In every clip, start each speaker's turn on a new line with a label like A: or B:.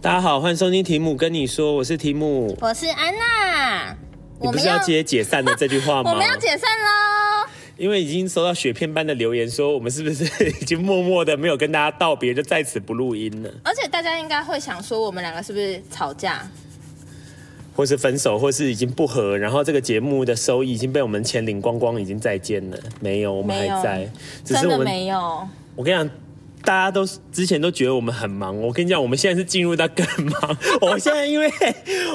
A: 大家好，欢迎收听题目跟你说，我是题目。
B: 我是安娜。
A: 你不
B: 我们
A: 是要
B: 要
A: 接解散的这句话吗？
B: 我们要解散喽！
A: 因为已经收到雪片般的留言，说我们是不是已经默默的没有跟大家道别，就在此不录音了，
B: 而且大家应该会想说，我们两个是不是吵架？
A: 或是分手，或是已经不和，然后这个节目的收益已经被我们钱领光光，已经再见了。没有，我们还
B: 没有
A: 在，只是
B: 真
A: 我
B: 的
A: 们
B: 没有。
A: 我跟你讲，大家都之前都觉得我们很忙，我跟你讲，我们现在是进入到更忙。 我现在因为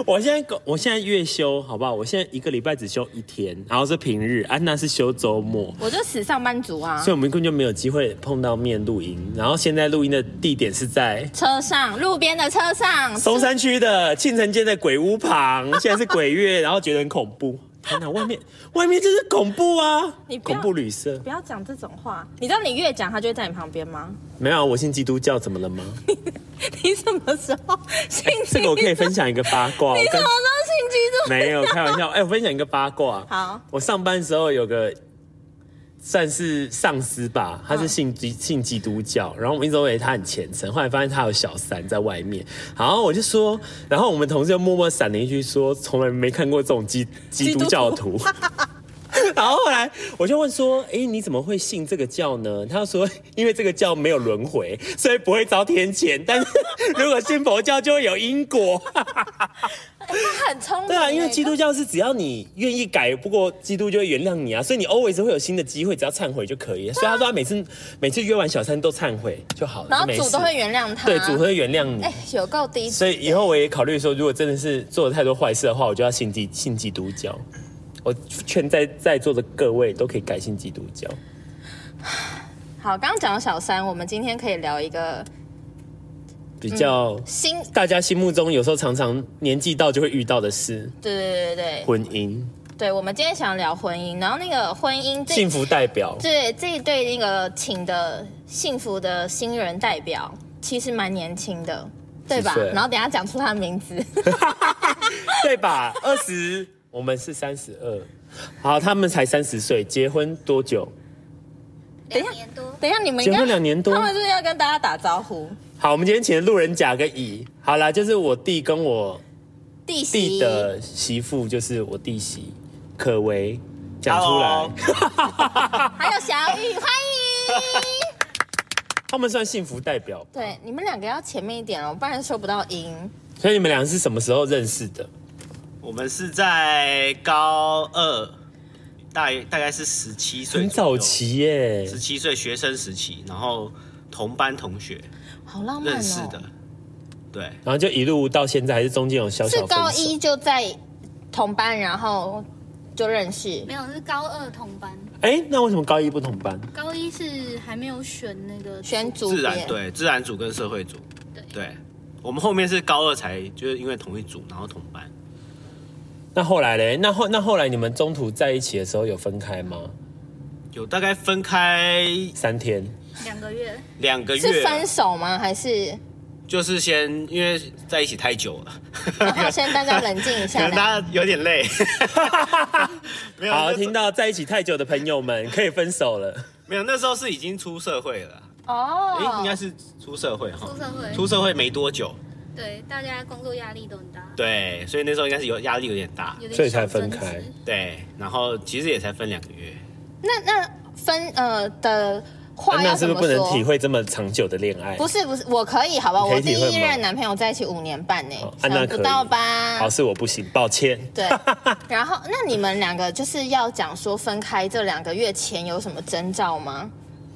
A: 我现在我现在月休，好不好？我现在一个礼拜只休一天，然后是平日，安娜是休周末。
B: 我就死上班族啊
A: 所以，我们根本就没有机会碰到面录音。然后现在录音的地点是在
B: 车上，路边的车上，
A: 松山区的庆城街的鬼屋旁，现在是鬼月，然后觉得很恐怖。天哪，外面外面真是恐怖啊！
B: 你不要
A: 恐怖旅社
B: 不要讲这种话。你知道你越讲，他就会在你旁边吗？
A: 没有啊？我信基督教怎么了吗？
B: 你什么时候信
A: 哎
B: 基督？
A: 这个我可以分享一个八卦。
B: 你
A: 我
B: 什
A: 跟
B: 么时候信基督？
A: 没有开 玩笑，哎、我分享一个八卦。
B: 好，
A: 我上班的时候有个算是上司吧，他是信基、信基督教，然后我们一直以为他很虔诚，后来发现他有小三在外面，然后我就说，然后我们同事就默默闪了一句说，从来没看过这种基基督教徒。 然后后来我就问说：“哎，你怎么会信这个教呢？”他就说：“因为这个教没有轮回，所以不会遭天谴。但是如果信佛教，就会有因果。”
B: 他很聪明。
A: 对啊，因为基
B: 督
A: 督教是只要你愿意改，不过基督就会原谅你啊，所以你 always 会有新的机会，只要忏悔就可以
B: 啊
A: 了。所以他说他每次每次约完小三都忏悔就好了，
B: 然后
A: 就没
B: 主
A: 事
B: 都会原谅他。
A: 对主会原谅你。
B: 哎，有够低级。
A: 所以以后我也考虑说，如果真的是做了太多坏事的话，我就要信基信基督教。我劝在在座的各位都可以改信基督教。
B: 好，刚刚讲到小三，我们今天可以聊一个
A: 比较、
B: 新，
A: 大家心目中有时候常常年纪到就会遇到的事，
B: 对对对对对，
A: 婚姻
B: 对我们今天想聊婚姻，然后那个婚姻这
A: 幸福代表。
B: 对这一对那个请的幸福的新人代表，其实蛮年轻的，对吧
A: 几岁？
B: 然后等一下讲出他的名字，
A: 对吧？二十，我们是三十二。好，他们才三十岁，结婚多久？
C: 两年多，
B: 等一下你们
A: 结
B: 应
A: 婚
B: 该
A: 两年多
B: 他们是不是要跟大家打招呼？
A: 好，我们今天请的路人甲跟乙。好啦，就是我弟跟我弟
B: 弟媳，
A: 的媳妇，就是我弟媳可为，讲出来
D: Hello
B: 还有小雨，欢迎。
A: 他们算幸福代表。
B: 对，你们两个要前面一点哦，不然收不到音。
A: 所以你们俩是什么时候认识的？
D: 我们是在高二，大大概是十七岁，
A: 很早，期耶、
D: 十七岁学生时期，然后同班同学
B: 好浪漫哦。
D: 认识的，对，
A: 然后就一路到现在，还是中间有小
B: 是
A: 小分
B: 高
A: 手
B: 一就在同班，然后就认识
C: 没。有是高二同班，
A: 哎、那为什么高一不同班？
C: 高一是还没有选那个
B: 选组
D: 自然
B: 别，
D: 对自然组跟社会组，
C: 对
D: 对，我们后面是高二才就是因为同一组，然后同班，
A: 那后来嘞？那后那后来你们中途在一起的时候有分开吗？
D: 有大概分开
A: 三天。
C: 两个月，
D: 两个
B: 是
D: 月，
B: 分手吗？还是
D: 就是先因为在一起太久了，
B: 然后哦先大家冷静一
D: 可
B: 下
D: 能
B: 来？
D: 大家有 点累，没有
A: 好，
D: 那时候
A: 听到在一起太久的朋友们可以分手了。
D: 没有那时候是已经出社会了。哎、应该
B: 哦，
D: 是出社会哈，
C: 出社会
D: 出社会没多久，
C: 对，大家工作压力都很大，
D: 对，所以那时候应该是有压力有点大，
C: 有点
A: 所以才分
C: 小争执
A: 开
D: 对，然后其实也才分两个月，
B: 那那分呃的 话
A: 安娜
B: 要
A: 是
B: 怎
A: 不
B: 么
A: 是
B: 说？
A: 不能体会这么长久的恋爱？
B: 不是不是，我可以好吧？
A: 你可
B: 我
A: 以体
B: 第
A: 会吗
B: 一任男朋友在一起五年半呢
A: 哦，安娜
B: 想不到吧
A: 好，？是我不行，抱歉。
B: 对， 然后那你们两个就是要讲说分开这两个月前有什么征兆吗？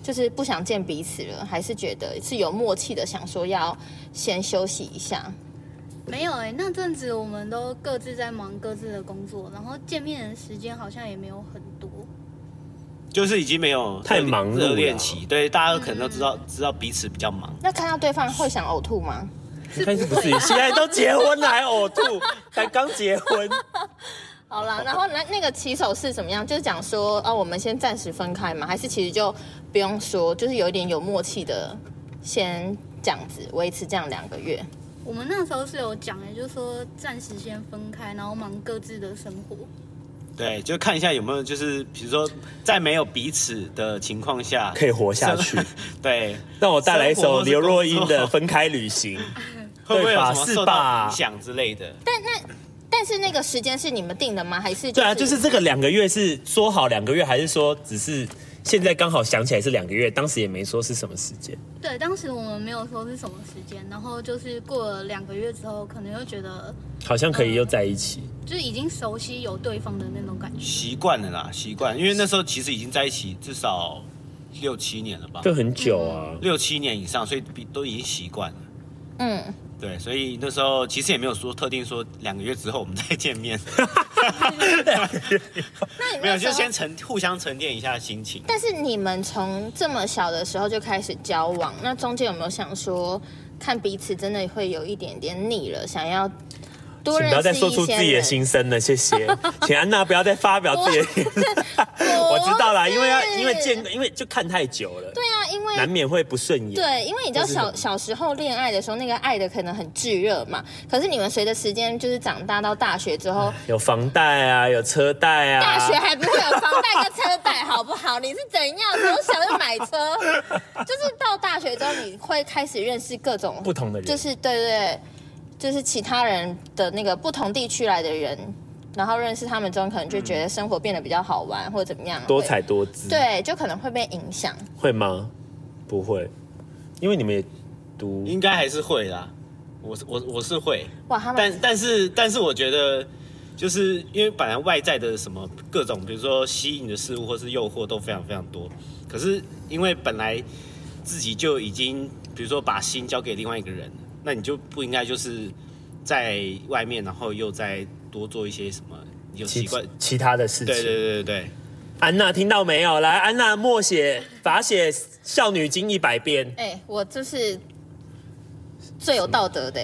B: 就是不想见彼此了，还是觉得是有默契的，想说要先休息一下？
C: 没有哎、那阵子我们都各自在忙各自的工作，然后见面的时间好像也没有很多，
D: 就是已经没有
A: 太忙碌了
D: 热恋期，对，大家可能都知
C: 嗯
D: 道、知道彼此比较忙，
B: 那看到对方会想呕吐吗？啊
A: 但是不至于，现在都结婚了还呕吐，才刚结 婚。
B: 好啦，然后那那个起手是怎么样？就是讲说哦，我们先暂时分开嘛，还是其实就不用说，就是有一点有默契的，先这样子维持这样两个月。
C: 我们那时候是有讲的、欸就是说暂时先分开，然后忙各自的生活，
D: 对，就看一下有没有就是比如说在没有彼此的情况下
A: 可以活下去
D: 生 对，
A: 让我带来一
D: 生活
A: 首
D: 或是
A: 刘若英的
D: 工
A: 《
D: 作
A: 分开旅行》。
D: 会不会有什么
A: 对吧
D: 受
A: 是吧
D: 到影响之类的？
B: 但那但是那个时间是你们定的吗？还是、
A: 对啊，就是这个两个月是说好两个月，还是说只是现在刚好想起来是两个月，当时也没说是什么时间？
C: 对，当时我们没有说是什么时间，然后就是过了两个月之后，可能又觉得
A: 好像可以又在一起。
C: 就是已经熟悉有对方的那种感觉。
D: 习惯了啦，习惯，因为那时候其实已经在一起至少六七年了吧，
A: 就很久啊，
D: 六七年以上，所以比都已经习惯了。
B: 嗯，
D: 对，所以那时候其实也没有说特定说两个月之后我们再 见面，
B: 那你
D: 没
B: 那
D: 有，
B: 时
D: 就
B: 候
D: 先沉互相沉淀一下心情。
B: 但是你们从这么小的时候就开始交往，那中间有没有想说，看彼此真的会有一点点腻了，想要多
A: 请
B: 认
A: 不要
B: 识
A: 再
B: 一
A: 说出
B: 些
A: 自己的
B: 人？
A: 心声了，谢 谢。请安娜不要再发表自己的心声。我知道啦，因为要因为见因为就看太久了，
B: 对啊，因
A: 难
B: 为。
A: 免会不顺眼。
B: 对，因为你知道
A: 或是什么
B: 小小时候恋爱的时候，那个爱的可能很炙热嘛。可是你们随着时间，就是长大到大学 之后，
A: 有房贷啊，有车贷啊。
B: 大学还不会有房贷跟车贷，好不好？你是怎样从小就买 车？就是到大学之后，你会开始认识各种
A: 不同的人
B: 就是对对对，就是其他人的那个不同地区来的人，然后认识他们之后，可能就觉得生活变得比较好玩，或者怎么样，
A: 嗯多
B: 会
A: 彩多姿，，
B: 对，就可能会被影响。
A: 会吗？不会，因为你们也读
D: 应该还是会啦，我是我我是会，
B: 哇，他
D: 但
B: 们
D: 但是但是我觉得，就是因为本来外在的什么各种，比如说吸引的事物或是诱惑都非常非常多，可是因为本来自己就已经，比如说把心交给另外一个人，那你就不应该就是在外面，然后又再多做一些什么有
A: 其
D: 习惯，
A: 其他的事
D: 对对
A: 情。
D: 对对对。
A: 安娜听到没有？来，安娜默写罚写少女经一百遍。
B: 哎、我就是最有道德的、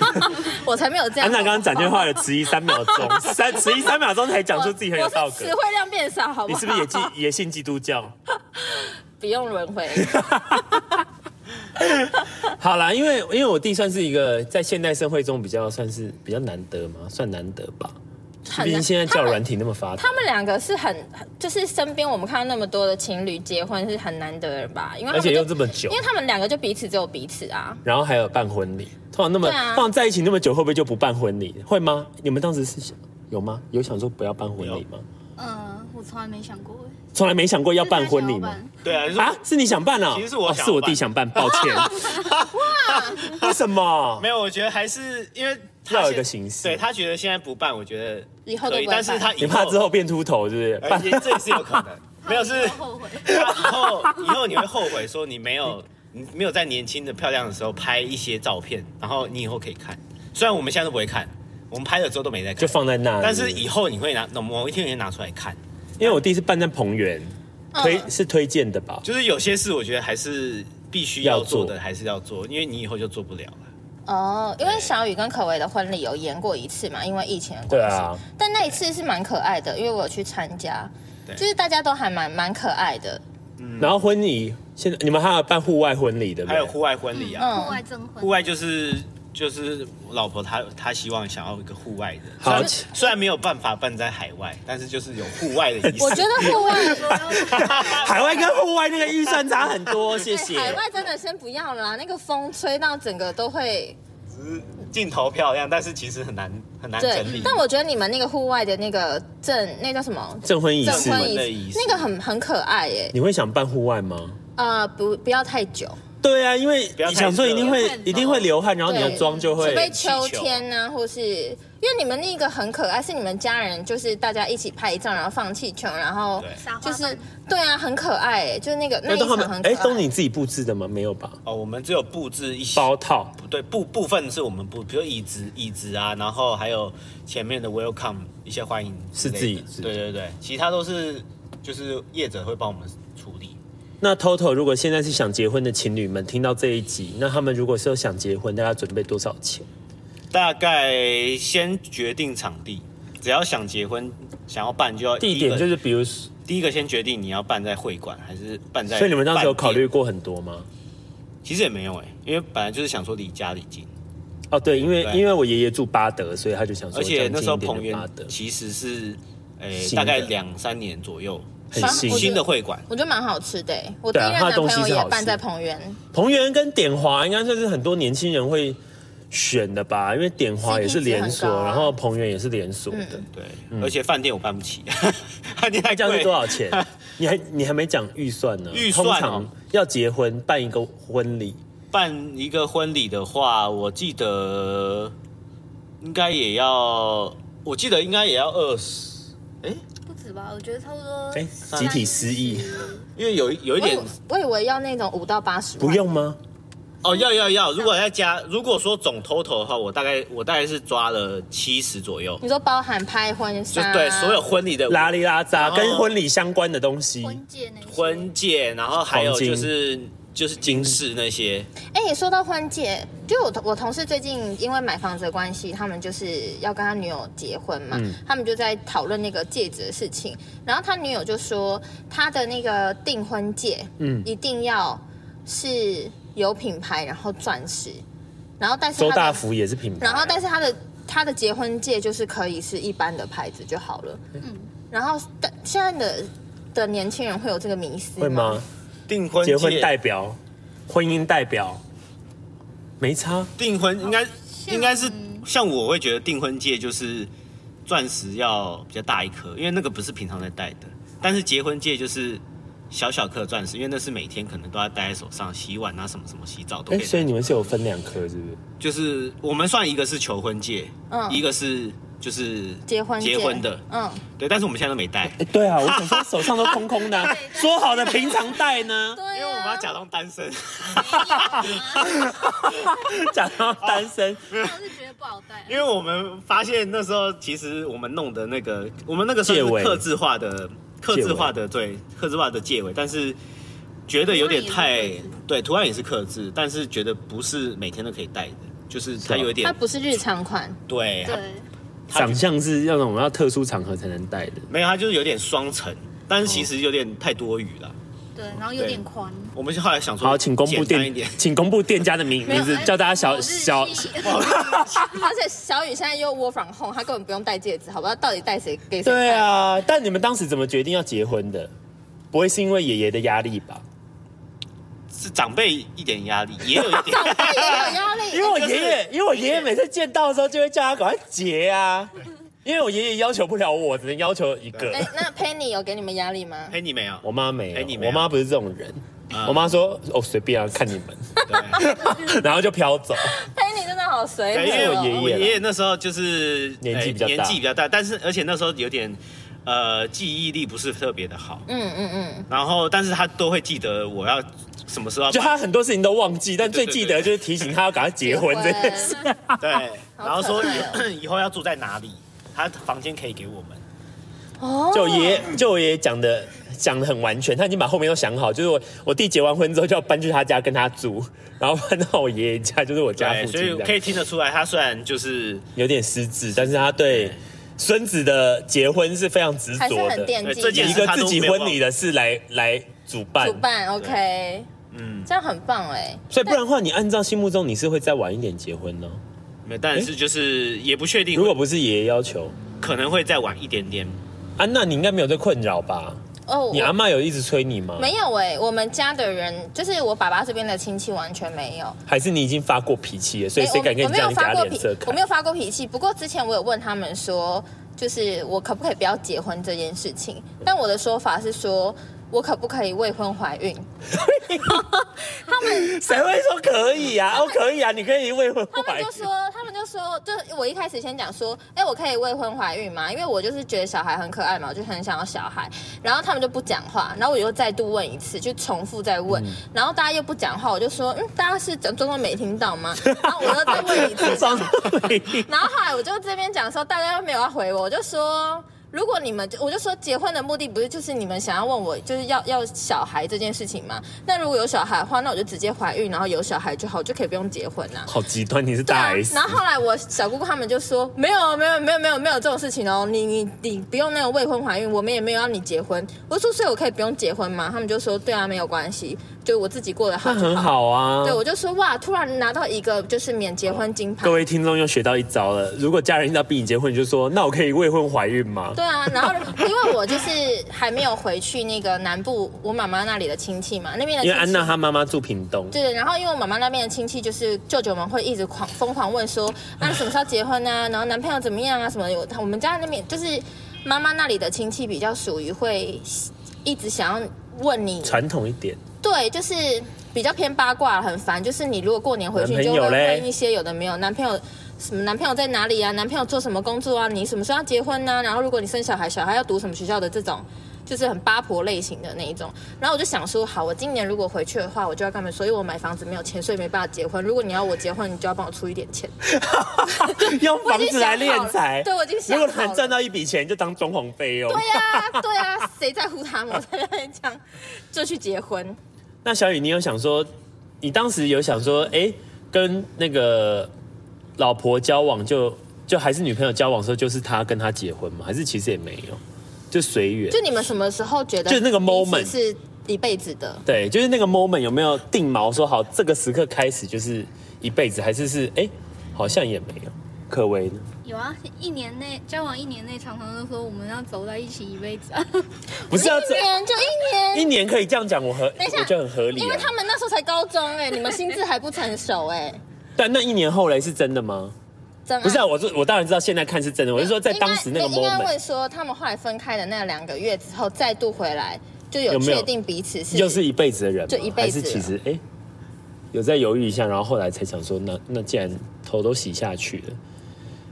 B: 我才没有这样。
A: 安娜刚刚讲这话有迟疑三秒 钟，三迟疑三秒钟才讲出自己很有道
B: 我
A: 格
B: 是词。汇量变少，好不
A: 你
B: 好？
A: 是不是也信也信基督教？
B: 不用轮 回？
A: 好啦，因为因为我弟算是一个在现代社会中比较算是比较难得嘛，算难得吧。
B: 很
A: 毕竟
B: 难
A: 现在交友软体那么发达，
B: 他们两个是很，就是身边我们看到那么多的情侣结婚是很难得的吧？因为他
A: 而
B: 们就
A: 且又这么久
B: 因为，他们两个就彼此只有彼此啊。
A: 然后还有办婚礼，通常那么、
B: 对啊
A: 通常在一起那么久，会不会就不办婚礼？会吗？你们当时是想有吗？有想说不要办婚礼吗？
C: 嗯，我从来没想过哎，
A: 从来没想过要办婚礼
C: 就是他
A: 吗
C: 想要？办
D: 对啊，就是
A: 啊，是你想办啊？
D: 其实是我
A: 哦
D: 想
A: 是我弟
D: 办
A: 想办，抱歉。 为什么
D: 没？有，我觉得还是因为
A: 要
D: 他
A: 有
D: 现
A: 一个形式
D: 对他觉得现在不办，我觉得
B: 以后都
D: 可以，
B: 不会
D: 但是
B: 办
D: 他以
A: 你怕之后变秃头是不是？
D: 呃
A: 办
D: 也这也是有可能，没有是
C: 怕以后后 悔。
D: 他以后以后你会后悔，说你没有你没有在年轻的漂亮的时候拍一些照片，然后你以后可以看。虽然我们现在都不会看，我们拍了之后都没在看，
A: 就放在那里。
D: 但是以后你会拿某一天你会拿出来看。
A: 因为我弟是办在彭园，推、
B: 嗯
A: 是推荐的吧？
D: 就是有些事我觉得还是必须
A: 要
D: 要做
A: 做
D: 的，还是要做，因为你以后就做不了了。
B: 哦，因为小雨跟可为的婚礼有延过一次嘛，因为疫情的关系。
A: 对啊，
B: 但那一次是蛮可爱的，因为我有去参加，
D: 对
B: 就是大家都还蛮蛮可爱的。
A: 然后婚礼现在你们还有办户外婚礼对不对？
D: 还有户外婚礼啊，
B: 嗯
C: 户外证婚，
D: 户外就是就是我老婆她她希望想要一个户外的，
A: 好
D: 虽然虽然没有办法办在海外，但是就是有户外的仪式。
B: 我觉得户外，
A: 海外跟户外那个预算差很 多，谢谢。
B: 哎海外真的先不要啦，那个风吹到整个都会
D: 只是镜头漂亮，但是其实很难很难
B: 对
D: 整理。。
B: 但我觉得你们那个户外的那个证，那叫什么？
A: 证婚仪
B: 证
A: 式，
B: 婚
D: 的
B: 仪
D: 仪
B: 式
D: 式
B: 那个很很可爱耶、
A: 你会想办户外吗？
B: 呃，不不要太久，
A: 对啊，因为
D: 要太
A: 想说一定会
C: 热
A: 一定会流汗，然后你的
B: 对
A: 妆就
B: 除
A: 会
B: 非秋天呢、或是因为你们那个很可爱，是你们家人就是大家一起拍照，然后放气球，然后
D: 对
C: 撒花
B: 就
C: 瓣
B: 是对啊，很可爱、耶就是那个那一
A: 都他
B: 场
A: 们
B: 很可
A: 哎，
B: 爱。
A: 都你自己布置的吗？没有吧？
D: 哦，我们只有布置一些
A: 包套
D: 不对部部分是我们布，比如椅子椅子啊，然后还有前面的 welcome 一些欢迎之类的
A: 是自己制
D: 对对对，其他都是就是业者会帮我们处理。
A: 那 Toto 如果现在是想结婚的情侣们听到这一集，那他们如果是有想结婚，大家准备多少钱？
D: 大概先决定场地，只要想结婚想要办就要
A: 地点就是是比如说，
D: 第一个先决定你要办在会馆还是办在，
A: 所以你们当时有考虑
D: 饭
A: 过很多吗？
D: 店？其实也没有哎、因为本来就是想说离家里近。
A: 哦，对，因为
D: 对
A: 因为我爷爷住巴德，所以他就想说，
D: 而且那时候彭
A: 园
D: 园
A: 啊巴德
D: 其实是，诶、
A: 新的
D: 大概两三年左右，
A: 很
B: 反正
A: 新
B: 我觉
D: 新
B: 得
D: 的会馆。
B: 我觉得蛮好吃的、耶我第
A: 对
B: 一
A: 啊
B: 任
A: 它的
B: 男
A: 东
B: 朋
A: 西
B: 友
A: 是好
B: 也
A: 吃
B: 办在彭园，
A: 彭园跟点华应该算是很多年轻人会选的吧，因为点华也是
B: CP 值很
A: 连锁，
B: 高啊嗯
A: 然后彭源也是连锁的。
D: 对，而且饭店我办不起， 饭店太
A: 嗯那这样
D: 贵
A: 是多少钱？ 你还你还没讲预算呢。
D: 预算哦
A: 通常要结婚办一个婚礼，
D: 办一个婚礼的话，我记得应该也要，我记得应该也要二十，哎，
C: 不止吧？我觉得差不多。
A: 哎集体失忆，
D: 因为有一有一
B: 我以
D: 点
A: 哦
B: 为我以为要那种五到八十，
A: 不用吗？
D: 哦，要要要，如果要加，如果说总 total 的话，我大概我大概是抓了七十左右，
B: 你说包含拍婚
D: 就
B: 纱啊，
D: 对所有婚礼的
A: 拉里拉扎
D: 后
A: 跟婚礼相关的东西，
B: 哦
C: 婚戒那些
D: 婚戒，然后还有
A: 黄金
D: 就是就是金饰那些，
B: 哎、你说到婚戒，就我同我同事最近因为买房子的关系，他们就是要跟他女友结婚嘛，
A: 嗯
B: 他们就在讨论那个戒指的事情。然后他女友就说，他的那个订婚戒，
A: 嗯
B: 一定要是有品牌，然后钻石，然后但是
A: 周
B: 他
A: 大
B: 的，
A: 福也是品牌。
B: 然后但是他的他的结婚戒就是可以是一般的牌子就好了。嗯，然后但现在的的年轻人会有这个迷思
A: 会吗？？
D: 订婚戒
A: 结婚代表，婚姻代表，没差。
D: 订婚应该
C: 像
D: 应该是像我会觉得订婚戒就是钻石要比较大一颗，因为那个不是平常在戴的。但是结婚戒就是小小颗的钻石，因为那是每天可能都要戴在手上，洗碗啊什么什么洗澡都可
A: 哎、
D: 以戴。
A: 所以你们是有分两颗，是不是？
D: 就是我们算一个是求婚戒，
B: 嗯
D: 一个是就是
B: 结婚戒
D: 结婚的，
B: 嗯，
D: 对。但是我们现在都没戴，
A: 哎、对啊，我想 说手上都空空的啊、说好的平常戴呢，
B: 对、啊，
D: 因为我们要假装单身。
A: 假装单身。
C: 我是觉得不好 戴啊。
D: 因为我们发现那时候，其实我们弄的那个，我们那个算
A: 戒尾
D: 是刻字化的、刻字化的对刻字化的戒尾，但是觉得有点太
C: 图案也是刻
D: 对图案也是刻字，但是觉得不是每天都可以戴的，就是
A: 啊
D: 它有一点
B: 它不是日常 款，
D: 对它
C: 对，
D: 它
A: 长相是要那种要特殊场合才能戴的。
D: 没有，它就是有点双层，但是其实有点太多余了。
C: 对，然后有点宽。
D: 我们就后来想说，
A: 好，请公布
D: 简单一
A: 店
D: 点，
A: 请公布店家的名
B: 没有
A: 名字
B: 哎，
A: 叫大家小
C: 我是
A: 小
C: 记忆
B: 而且小雨现在又 work from home，她根本不用戴戒指，好不好？到底戴谁给谁？
A: 对，啊，但你们当时怎么决定要结婚的？不会是因为爷爷的压力吧？
D: 是长辈一点压力，也有一点。
B: 长辈也有压力，
A: 因为我爷
D: 哎
A: 爷，因为我爷爷每次见到的时候就会叫他赶快结啊，因为我爷爷要求不了我，只能要求一个。
B: 哎、那 Penny 有给你们压力吗？
D: 陪你没有？
A: 我妈没有，
D: 哎你没有
A: 我妈不是这种人。
D: 嗯
A: 我妈说：“哦，随便啊，看你们。” 然后就飘走。
B: Penny 真的好随
D: 对，因
B: 和
D: 为
A: 哎我
B: 哦、
A: 爷爷
D: 我爷爷那时候就是
A: 年纪比
D: 呃
A: 较大
D: 年纪比较大，但是而且那时候有点呃记忆力不是特别的好，
B: 嗯嗯嗯，
D: 然后但是他都会记得我要什么时候要
A: 就他很多事情都忘记，但最
D: 对对对
A: 记得就是提醒他要赶快结婚这件事。
D: 对，
B: 好
D: 然后说
B: 可爱
D: 以以后要住在哪里，他房间可以给我们。
B: 哦，
A: 就爷爷，就我爷爷讲的讲的很完全，他已经把后面都想好。就是我我弟结完婚之后就要搬去他家跟他住， 然后搬到我爷爷家，就是我家
D: 对，
A: 附
D: 所
A: 近
D: 以
A: 这样。
D: 可以听得出来，他虽然就是
A: 有点失智，但是他对孙子的结婚是非常执
B: 还是
A: 着
B: 很
A: 的，
B: 惦
D: 对
B: 记
D: 这
A: 以
D: 件
A: 一
D: 事
A: 个自己婚礼的事来来主办。
B: 主办 OK，
D: 嗯，
B: 这样很棒哎、
A: 所以不然的话，你按照心目中你是会再晚一点结婚呢、
D: 没有但是就是也不确
A: 哎
D: 定，
A: 如果不是爷爷要求
D: 可能会再晚一点点。
A: 啊，那你应该没有这困扰吧？
B: 哦，我
A: 你阿妈有一直催你吗？
B: 没有哎、我们家的人就是我爸爸这边的亲戚完全没有。
A: 还是你已经发过脾气了，所以
B: 欸
A: 谁敢
B: 我
A: 跟你
B: 我
A: 这
B: 没有
A: 样，你给
B: 发
A: 他
B: 过
A: 脸
B: 脾
A: 色，
B: 我
A: 看
B: 没？有发过脾气。不过之前我有问他们说，就是我可不可以不要结婚这件事情？但我的说法是说，我可不可以未婚 怀孕？
A: 谁会说可以啊？哦，可以啊，你可以未婚
B: 他
A: 怀
B: 们
A: 孕
B: 就。说，他们就说，就我一开始先讲说，哎、我可以未婚怀孕吗？因为我就是觉得小孩很可爱嘛，我就很想要小孩。然后他们就不讲话，然后我又再度问一次，就重复再问，
A: 嗯
B: 然后大家又不讲话，我就说，嗯，大家是装装作没听到吗？然后我又再问一次，
A: 装作没听
B: 然后后来我就这边讲的时候，大家都没有要回我，我就说。如果你们，我就说结婚的目的不是就是你们想要问我，就是要要小孩这件事情吗？那如果有小孩的话，那我就直接怀孕，然后有小孩就好，就可以不用结婚啦、
A: 好极端，你是
B: 对
A: 大
B: 啊
A: S，、，
B: 然后后来我小姑姑他们就说没有没有没有没有没有这种事情哦，你你你不用那个未婚怀孕，我们也没有要你结婚。我说所以我可以不用结婚吗？他们就说对啊，没有关系，就我自己过得好
A: 那
B: 就
A: 很
B: 好。
A: 好啊。
B: 对，我就说哇，突然拿到一个就是免结婚金牌
A: 各，位听众又学到一招了。如果家人要逼你结婚，你就说：“那我可以未婚怀孕吗？”
B: 对啊，然后因为我就是还没有回去那个南部我妈妈那里的亲戚嘛，那边的
A: 因
B: 亲
A: 为
B: 戚
A: 安娜她妈妈住屏东，
B: 对，然后因为我妈妈那边的亲戚就是舅舅们会一直狂疯狂问说，啊你什么时候结婚啊？然后男朋友怎么样啊？什么的？有我们家那边就是妈妈那里的亲戚比较属于会一直想要问你，
A: 传统一点。
B: 对，就是比较偏八卦，很烦。就是你如果过年回去，
A: 男
B: 你就
A: 朋
B: 会
A: 友嘞
B: 问一些有的没有，男朋友什么男朋友在哪里啊？男朋友做什么工作啊？你什么时候要结婚呢、啊然后如果你生小孩，小孩要读什么学校的这种。就是很八婆类型的那一种，然后我就想说，好，我今年如果回去的话，我就要跟他们说，因为我买房子没有钱，所以没办法结婚。如果你要我结婚，你就要帮我出一点钱。
A: 用房子来
B: 我已经想
A: 敛
B: 好了
A: 财。
B: 对我已经想
A: 如
B: 好了
A: 果能赚到一笔钱，就当装潢费用。
B: 对呀、啊对呀、谁在乎他们？我在那里讲，就去结婚。
A: 那小雨，你有想说，你当时有想说，哎、跟那个老婆交往就就还是女朋友交往的时候，就是他跟她结婚吗？还是其实也没有，就随缘
B: 就。你们什么时候觉得
A: 就那个
B: 彼此
A: moment
B: 是一辈子的？
A: 对，就是那个 moment 有没有定锚说好这个时刻开始就是一辈子，还是是哎、好像也没有。可为呢？
C: 有啊，一年内交往一年内，常常都说我们要走在一起一辈子啊。
A: 不是要
B: 一年就一年，
A: 一年可以这样讲，我合
B: 等一下
A: 我觉得很合理、
B: 因为
A: 啊。
B: 他们那时候才高中哎、你们心智还不成熟哎、
A: 但那一年后来是真的吗？
B: 真爱
A: 不是啊，我是我当然知道现在看是真的，我是说在当时那个
B: 嗯应该应该
A: moment
B: 会说他们后来分开的那两个月之后再度回来，就有
A: 有没有
B: 确定彼此是
A: 又是一辈子的人吗，
B: 就一辈子
A: 还是其实哎、有在犹豫一下，然后后来才想说，那那既然头都洗下去了，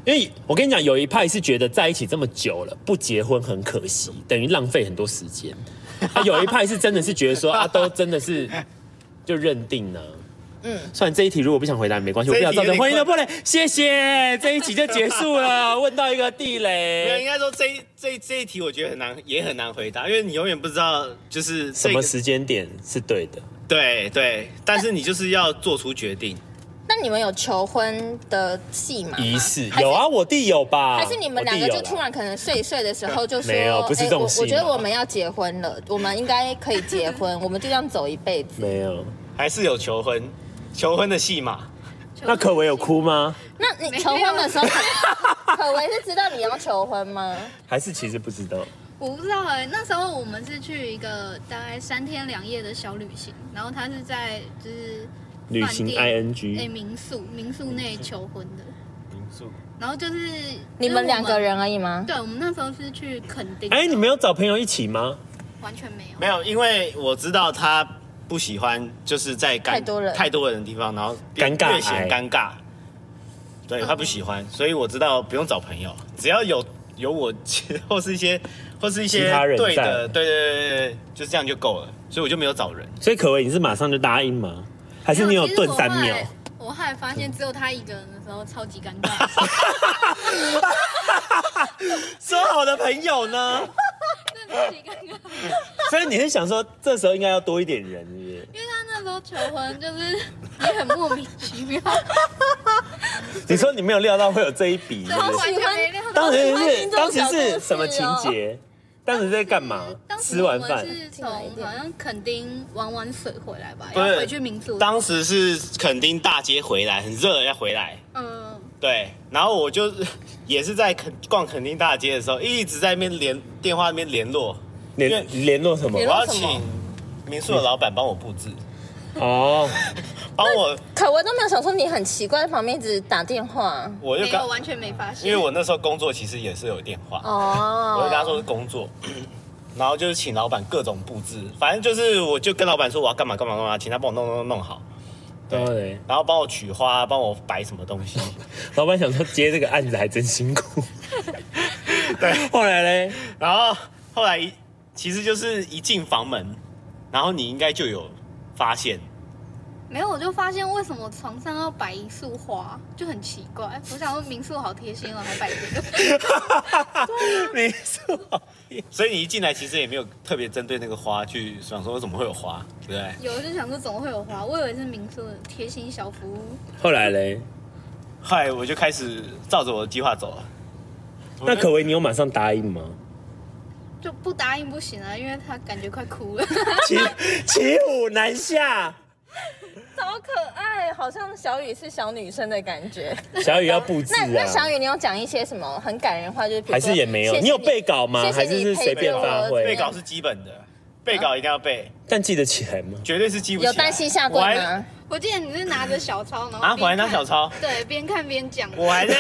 A: 因为我跟你讲，有一派是觉得在一起这么久了，不结婚很可惜，等于浪费很多时 间；啊，有一派是真的是觉得说啊，都真的是就认定了。嗯，算了，这一题如果不想回答没关系，我
D: 这
A: 不
D: 一题
A: 想造成
D: 有
A: 婚
D: 点
A: 姻的破裂。谢谢，这一集就结束 了。问到一个地
D: 没有，
A: 雷，
D: 应该说这一这一这一题我觉得很难，也很难回答，因为你永远不知道就是、
A: 什
D: 这
A: 么
D: 个
A: 时间点是对的？
D: 对对，但是你就是要做出决定。
B: 那你们有求婚的戏吗？
A: 仪式
B: 还是
A: 有啊，我弟有吧？
B: 还是你们两个
A: 我弟有
B: 就
A: 啦
B: 突然可能睡一睡的时候就说，
A: 没有不是这种
B: 哎我
A: 戏
B: 我觉得
A: 嘛
B: 我们要结婚了，我们应该可以结婚，我们就这样走一辈子。
A: 没有？
D: 还是有求婚，求婚的戏码。
A: 那可为有哭吗？
B: 那你求婚的时候， 可为是知道你要求婚吗？
A: 还是其实不知道？
C: 我不知道哎、那时候我们是去一个大概三天两夜的小旅行，然后他是在就是
A: 旅
C: 饭
A: 行
C: 店
A: ING
C: 哎、民宿民宿内求婚的，
D: 民宿
C: 然后就是
B: 你们两个，人而已吗
C: 就？是我们对我们那时候是去垦丁，
A: 哎、你没有找朋友一起吗？
C: 完全没有
D: 没，有，因为我知道他不喜欢就是在尴
B: 太多人
D: 太多人的地方，然后
A: 尴尬
D: 略显
A: 癌
D: 尴尬。哎对
B: 嗯
D: 他不喜欢，所以我知道不用找朋友，只要有有我或是一些或是一些
A: 其他人
D: 对的，
A: 在
D: 对对对对，对就这样就够了。所以我就没有找人。
A: 所以可为你是马上就答应吗？还
C: 还
A: 是你有顿三秒？。
C: 我后来发现只有他一个人的时候超级尴尬，
A: 说好的朋友呢？
C: 真的超级尴尬。
A: 所以你是想说，这时候应该要多一点人，是不是？
C: 因为他那时候求婚就是也很莫名其 妙，
A: 你说你没有料到会有这一笔，是
C: 然后
A: 不是？
C: 完全没料到。
A: 当时
B: 我喜
A: 是当
B: 欢听这种
A: 时是什么情
B: 小故事哦
A: 节？当时在干嘛？
C: 当时
A: 吃
C: 我
A: 完
C: 们
A: 饭
C: 是从好像垦丁玩完水回来吧，
D: 不
C: 要
D: 是
C: 回去民宿。
D: 当时是垦丁大街回来，很热要回来，
C: 嗯，
D: 对，然后我就 也是在垦逛垦丁大街的时候，一直在那边联电话那边联络，
A: 联联络什么
B: 联
D: 我
B: 络
D: 要
B: 什
D: 请
B: 么
D: 民宿的老板帮我布置，
A: 哦，
D: 帮我，
B: 可我都没有想说你很奇怪，在旁边一直打电话。
D: 我就
C: 没
D: 刚
C: 有，啊完全没发现，
D: 因为我那时候工作其实也是有电话，
B: 哦，
D: 我就跟他说是工作， 然后就是请老板各种布置，反正就是我就跟老板说我要干嘛干嘛干嘛，请他帮我弄弄弄弄好，
A: 对嘞，
D: 然后帮我取花，帮我摆什么东西，
A: 老板想说接这个案子还真辛 苦。对，后来嘞，
D: 然后后来一其实就是一进房门，然后你应该就有发现。
C: 没有，我就发现为什么床上要摆一束花，就很奇怪。我想说民宿好贴心哦，还摆这个。
A: 没错。
D: 所以你一进来，其实也没有特别针对那个花去想说怎么会有花，对不对？
C: 有就想说怎么会有花，我以为是民宿的贴心小服务。
A: 后来嘞，
D: 后来我就开始照着我的计划走了。
A: 那可为你有马上答应吗？
C: 就不答应不行啊，因为他感觉快哭了。
A: 骑骑虎难下，
B: 超可爱，好像小雨是小女生的感觉。
A: 小雨要布置
B: 那那小
A: 啊，
B: 雨，你有讲一些什么很感人的话？就是比如
A: 还
B: 说
A: 是也没有？
B: 谢谢
A: 你有背稿吗？
B: 谢谢
A: 还
B: 你
A: 是是随便发
B: 对
A: 挥？
D: 背稿是基本的，背稿一定要背，
A: 但记得起来吗？
D: 绝对是记不起来。
B: 有单膝下跪
D: 我还
B: 吗？
C: 我记得你是拿着小抄，然后
D: 啊
C: 边
D: 我还拿
C: 看
D: 小抄，
C: 对，边看边讲。
D: 我还在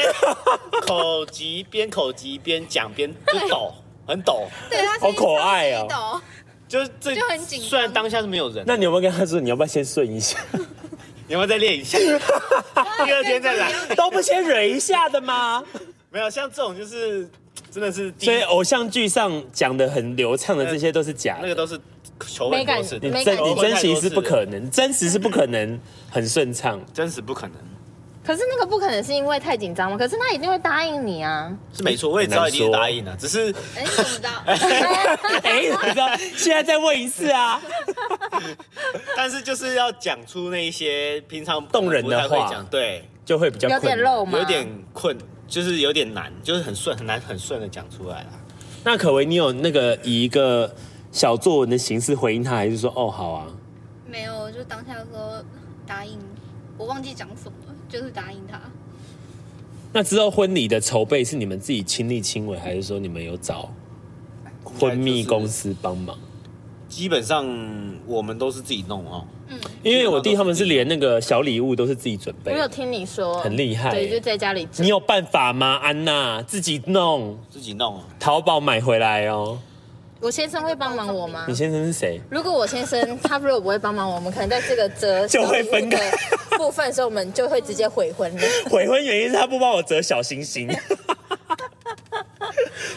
D: 口急边口急边讲边就抖，很抖，
C: 对他
A: 好可爱哦
C: 哦。
D: 就是这
C: 就很紧张
D: 虽然当下是没有人，
A: 那你有没有跟他说你要不要先顺一 下？
D: 你要不要再练 一下？第二天再来。
A: 都不先蕊一下的吗？
D: 没有像这种就是真的是第 一，
A: 所以偶像剧上讲的很流畅的这些都是假
D: 那
A: 的。
D: 个都是求
B: 没
D: 很
B: 感
D: 多次
A: 你
D: 的，
B: 没
A: 真
B: 感觉
A: 你真实是不可能，真实是不可能很顺 畅。
D: 真实不可能。
B: 可是那个不可能是因为太紧张嘛？可是他一定会答应你啊！
D: 是没
A: 嗯
D: 错，我也知道一定答应了，只是
C: 哎，你怎么知道？
A: 哎，你知道现在再问一次啊？
D: 但是就是要讲出那一些平常
A: 动人的话
D: 不太会讲，对，
A: 就会比较
B: 有
A: 困
B: 点
A: 难。
B: 肉麻，
D: 有点困，就是有点难，就是很顺很难很顺的讲出来啦。
A: 那可为，你有那个以一个小作文的形式回应他，还是说哦好啊？
C: 没有，就当下说答应，我忘记讲什么了，就是答应他。
A: 那之后婚礼的筹备是你们自己亲力亲为，还是说你们有找婚蜜公司帮忙？
D: 基本上我们都是自己弄哦，
C: 嗯，
A: 因为我弟他们是连那个小礼物都是自己准备
B: 我
A: 的。
B: 有听你说，
A: 很厉害
B: 对，就在家里整。
A: 你有办法吗，安娜？自己弄，
D: 自己弄哦。
A: 淘宝买回来哦。
B: 我先生会帮忙我吗
A: 你？先生是谁？
B: 如果我先生他如果不会帮忙我，我们可能在这个折
A: 就会分开
B: 的部分的时候，我们就会直接悔婚了。
A: 悔婚原因是他不帮我折小星星。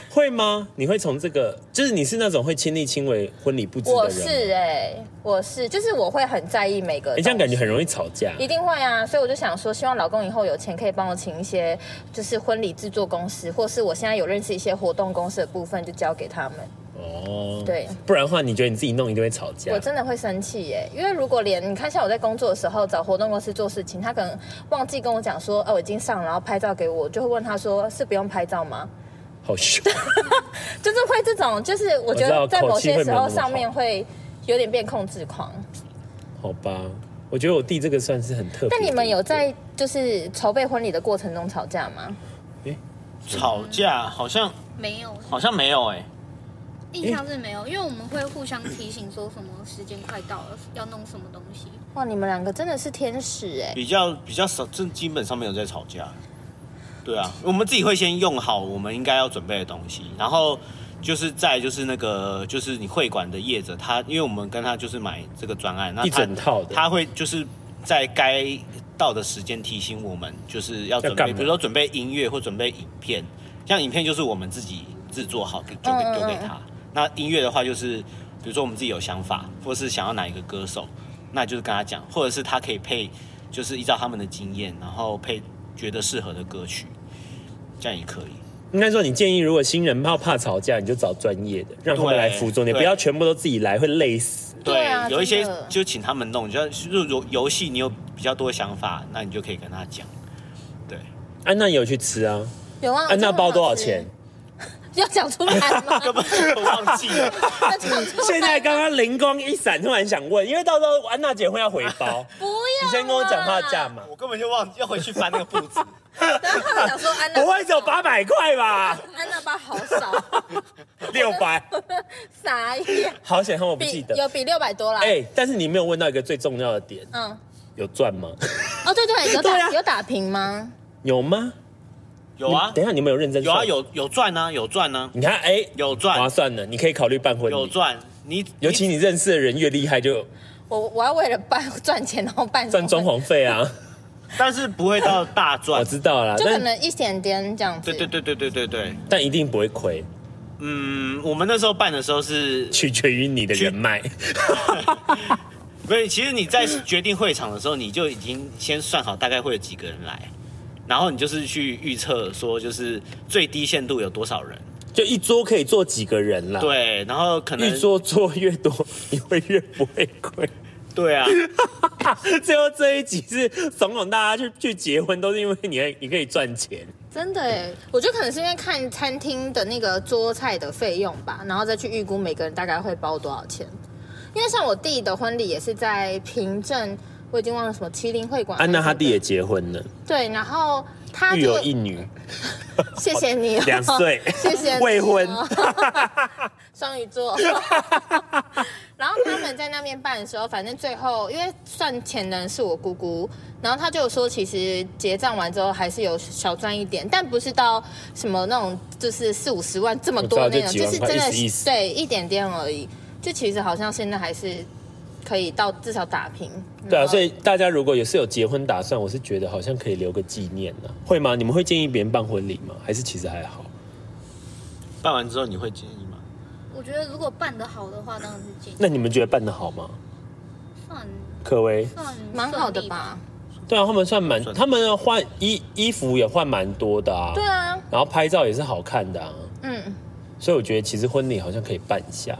A: 会吗？你会从这个，就是你是那种会亲力亲为婚礼布置的
B: 我
A: 人吗？
B: 是哎、我是，就是我会很在意每个。
A: 你、这样感觉很容易吵架。
B: 一定会啊，所以我就想说，希望老公以后有钱可以帮我请一些，就是婚礼制作公司，或是我现在有认识一些活动公司的部分，就交给他们。
A: 哦，
B: 对，
A: 不然的话，你觉得你自己弄一定会吵架
B: 我。真的会生气耶，因为如果连你看，像我在工作的时候找活动公司做事情，他可能忘记跟我讲说，哦，我已经上了，然后拍照给我，我就会问他说是不用拍照吗？
A: 好凶，
B: 就是会这种，就是我
A: 我
B: 觉得
A: 知道
B: 在某些
A: 口气会
B: 时候
A: 没有那么好
B: 上面会有点变控制狂。
A: 好吧。我觉得我弟这个算是很特别。
B: 但你们有？在就是筹备婚礼的过程中吵架吗？
D: 吵架好像
C: 没有，
D: 好像没有哎，
C: 印象是没有，因为我们会互相提醒说什么时间快到了，要弄什么东西。
B: 哇，你们两个真的是天使哎！
D: 比较比较少，这基本上没有在吵架。对啊，我们自己会先用好我们应该要准备的东西，然后就是再就是那个就是你会馆的业者，他因为我们跟他就是买这个专案，那他
A: 一整套的
D: 啊他会就是在该到的时间提醒我们，就是要准
A: 干
D: 备，
A: 嘛
D: 比如说准备音乐或准备影片，像影片就是我们自己制作好给就给
B: 嗯嗯
D: 丢给他，那音乐的话就是比如说我们自己有想法，或是想要哪一个歌手，那就是跟他讲，或者是他可以配，就是依照他们的经验，然后配觉得适合的歌曲，这样也可以。
A: 应该说，你建议如果新人怕怕吵架，你就找专业的，让他们来辅助你，
D: 对
A: 不要全部都自己来，会累死。
B: 对啊
D: 有一些
B: 真的
D: 就请他们弄，就像如果游戏你有比较多的想法，那你就可以跟他讲。对，
A: 安娜也有去吃啊，
B: 有啊，
A: 安娜
B: 真的
A: 包多少
B: 好吃
A: 钱？？
B: 要讲出来吗？
D: 根本就忘记了。
B: 要讲出来吗
A: 现在刚刚灵光一闪，突然想问，因为到时候安娜姐会要回包，
B: 不要，
A: 你先跟我讲她的价。码，
D: 我根本就忘记要回去翻那个簿 子，
B: 然后他们想说安娜
A: 不会只有八百块吧？
B: 安娜包好少，
A: 六百，
B: 傻眼。
A: 好险， 我不记
B: 比
A: 得。
B: 有比六百多啦。
A: 哎、但是你没有问到一个最重要的点，
B: 嗯，
A: 有赚 吗？
B: 哦对对，有
A: 对
B: 打
A: 啊
B: 有打平吗？
A: 有吗？
D: 有啊
A: 你，等一下，你们有认真
D: 有啊，
A: 算？
D: 有有赚啊，有赚啊，
A: 你看，哎、
D: 有
A: 划
D: 赚，
A: 算呢，你可以考虑办婚
D: 有
A: 礼。
D: 赚。你
A: 尤其你认识的人越厉害，就
B: 我我要为了办 赚钱，然后办
A: 赚装
B: 什么
A: 潢费啊！
D: 但是不会到大赚
A: 我，知道啦，
B: 就可
A: 啊但
B: 能一点点这样子。
D: 对对对对对对对。
A: 但一定不会亏，
D: 嗯，我们那时候办的时候是，
A: 取决于你的人脉。
D: 不是？其实你在决定会场的时候，你就已经先算好大概会有几个人来，然后你就是去预测说，就是最低限度有多少人，
A: 就一桌可以坐几个人啦？，
D: 对，然后可能
A: 一桌坐越多，你会越不会亏。
D: 对啊，
A: 最后这一集是怂恿大家去去结婚，都是因为你你可以赚钱。
B: 真的哎，我觉得可能是因为看餐厅的那个桌菜的费用吧，然后再去预估每个人大概会包多少钱。因为像我弟的婚礼也是在平镇我已经忘了什么麒麟会馆。
D: 啊
A: 安娜她
B: 还是
A: 弟也结婚了，
B: 对，然后他
A: 育有
B: 就
A: 一女，
B: 谢谢你 哦、
A: 两岁
B: 谢谢你哦
A: 未 婚
B: 双鱼座。 然后他们在那边办的时候，反正最后因为算钱的人是我姑姑，然后她就有说，其实结账完之后还是有小赚一点，但不是到什么那种就是四五十万这么多
A: 我知
B: 那
A: 道
B: 种，
A: 就几
B: 就
A: 万
B: 是
A: 块
B: 真的
A: 意思意思
B: 对一点点而已。就其实好像现在还是可以到至少打平。
A: 对
B: 然
A: 啊，
B: 后
A: 所以大家如果有是有结婚打算，我是觉得好像可以留个纪念呢、会吗？你们会建议别人办婚礼吗？还是其实还好？
D: 办完之后你会建议吗？
C: 我觉得如果办得好的话，当然是建议
A: 那你们觉得办的好吗？
C: 算
A: 可为
C: 算
B: 蛮好的
C: 顺利？
B: 吧？
A: 对啊，他们算蛮，
D: 算
A: 他们换衣衣服也换蛮多的啊，
B: 对啊，
A: 然后拍照也是好看的啊，
B: 嗯。
A: 所以我觉得其实婚礼好像可以办一下、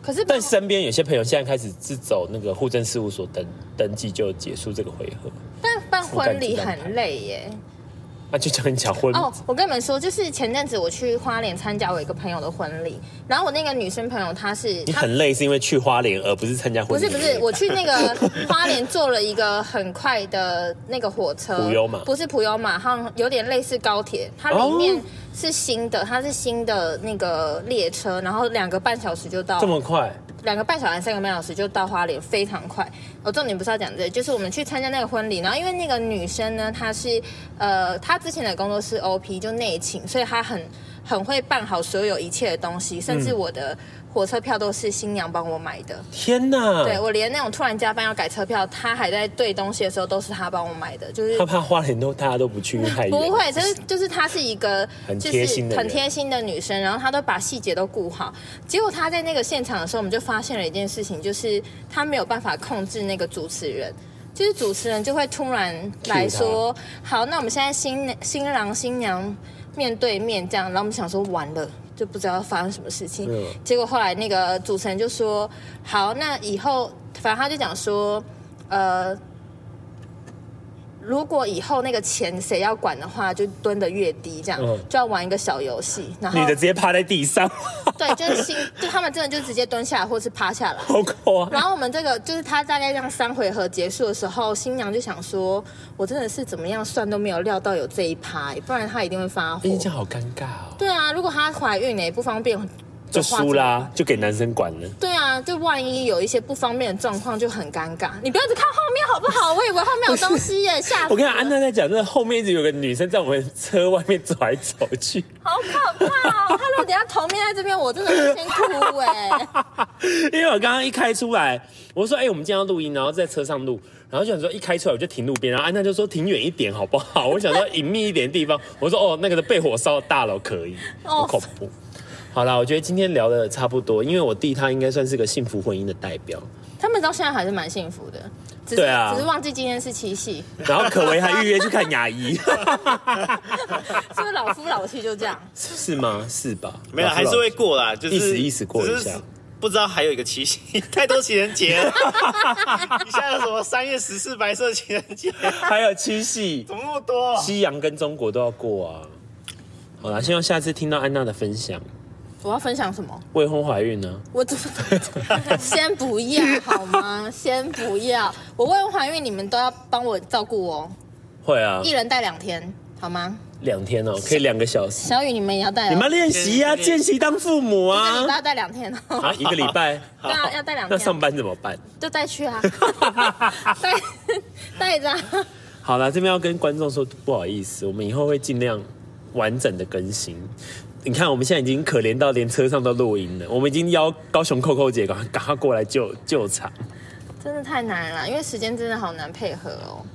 B: 可是
A: 但身边有些朋友现在开始自走那个户政事务所登登记就结束这个回合，
B: 但办婚礼很累耶。
A: 那啊就讲你讲婚
B: 哦，我跟你们说，就是前阵子我去花莲参加我一个朋友的婚礼，然后我那个女生朋友她是
A: 你
B: 她
A: 很累是因为去花莲而不是参加
B: 不
A: 婚礼，
B: 是不是，我去那个 花莲坐了一个很快的那个火车，
A: 普悠玛
B: 不是普悠玛，好像有点类似高铁，它里面
A: 哦
B: 是新的，它是新的那个列车，然后两个半小时就到
A: 这么快，
B: 两个半小时、三个半小时就到花莲，非常快。我、哦重点不是要讲这个，就是我们去参加那个婚礼，然后因为那个女生呢，她是呃，她之前的工作是 OP，就内勤，所以她很很会办好所有一切的东西，甚至我的火车票都是新娘帮我买的。
A: 天哪！
B: 对我连那种突然加班要改车票，她还在对东西的时候，都是她帮我买的，就是
A: 他怕花莲都大家都不去，因为太远
B: 不会，就是就是她是一个
A: 很
B: 就
A: 贴
B: 是
A: 心的
B: 很
A: 人
B: 贴心的女生，然后她都把细节都顾好。结果她在那个现场的时候，我们就发现了一件事情，就是她没有办法控制那个主持人。就是主持人就会突然来
A: Cue 她
B: 说：“好，那我们现在新新郎新娘面对面这样。”然后我们想说完了，就不知道发生什么事情。
A: 嗯
B: 结果后来那个主持人就说：“好，那以后反正他就讲说，呃，如果以后那个钱谁要管的话，就蹲得越低，这样、
A: 嗯
B: 就要玩一个小游戏。然后
A: 女的直接趴在地上，
B: 对，就是新， 就他们真的就直接蹲下来或是趴下 来。
A: 好夸
B: 然后我们这个就是他大概这样三回合结束的时候，新娘就想说，我真的是怎么样算都没有料到有这一趴、不然她一定会发火。
A: 哎，这样好尴尬哦，
B: 对啊，如果她怀孕呢、也不方便
A: 就
B: 的话
A: 输啦，就给男生管了。
B: 对啊，就万一有一些不方便的状况就很尴尬。你不要只看后面好不好？我以为后面有东西耶，吓死！
A: 我跟你讲，安，娜在讲，真的后面一直有个女生在我们车外面走来走去，
B: 好可怕哦！他如果等一下头面在这边，我真的会先哭哎。
A: 因为我刚刚一开出来，我说：“哎、我们今天要录音，然后在车上录。”然后就想说一开出来我就停路边，然后安娜就说停远一点好不好？我想说隐秘一点的地方，我说哦那个的被火烧的大楼可以，好恐怖。好啦，我觉得今天聊的差不多，因为我弟他应该算是个幸福婚姻的代表。
B: 他们到现在还是蛮幸福的，只是、
A: 对啊
B: 只是忘记今天是七夕，
A: 然后可为还预约去看牙医，
B: 是不是老夫老妻就这样？
A: 是吗？是吧？
D: 没有，还是会过啦，就是
A: 意思意思过一下。
D: 只是不知道还有一个七夕，太多情人节了。 你现在有什么三月十四白色情人节？
A: 还有七夕，
D: 怎么那么多？
A: 西洋跟中国都要过啊。好啦，希望下次听到安娜的分享，
B: 我要分享什么？
A: 未婚怀孕呢、
B: 我怎 么先不要好吗？先不要，我未婚怀孕，你们都要帮我照顾哦，
A: 会啊
B: 一，人带两天好吗？
A: 两天哦、可以两个小时。
B: 小雨，你们也要带、哦，
A: 你们要练习呀，
D: 对对对
A: 见习当父母
B: 一个
A: 啊
B: 礼拜。要带两天哦，
A: 啊，一个礼拜，
B: 对啊，要带两
A: 那
B: 天，
A: 上班怎么办？
B: 就带去 啊， 带 带着啊、
A: 好啦，这边要跟观众说不好意思，我们以后会尽量完整的更新。你看，我们现在已经可怜到连车上都录音了，我们已经邀高雄扣扣姐赶快赶快过来救救场。
B: 真的太难了，因为时间真的好难配合哦。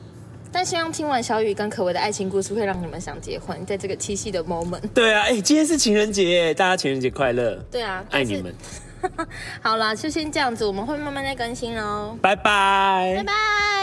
B: 但希望听完小雨跟可为的爱情故事，会让你们想结婚，在这个七夕的 moment。
A: 对啊，哎、今天是情人节耶，大家情人节快乐，
B: 对啊，
A: 爱
B: 但是
A: 你们，。
B: 好啦，就先这样子，我们会慢慢再更新喽。
A: 拜拜，拜
B: 拜拜。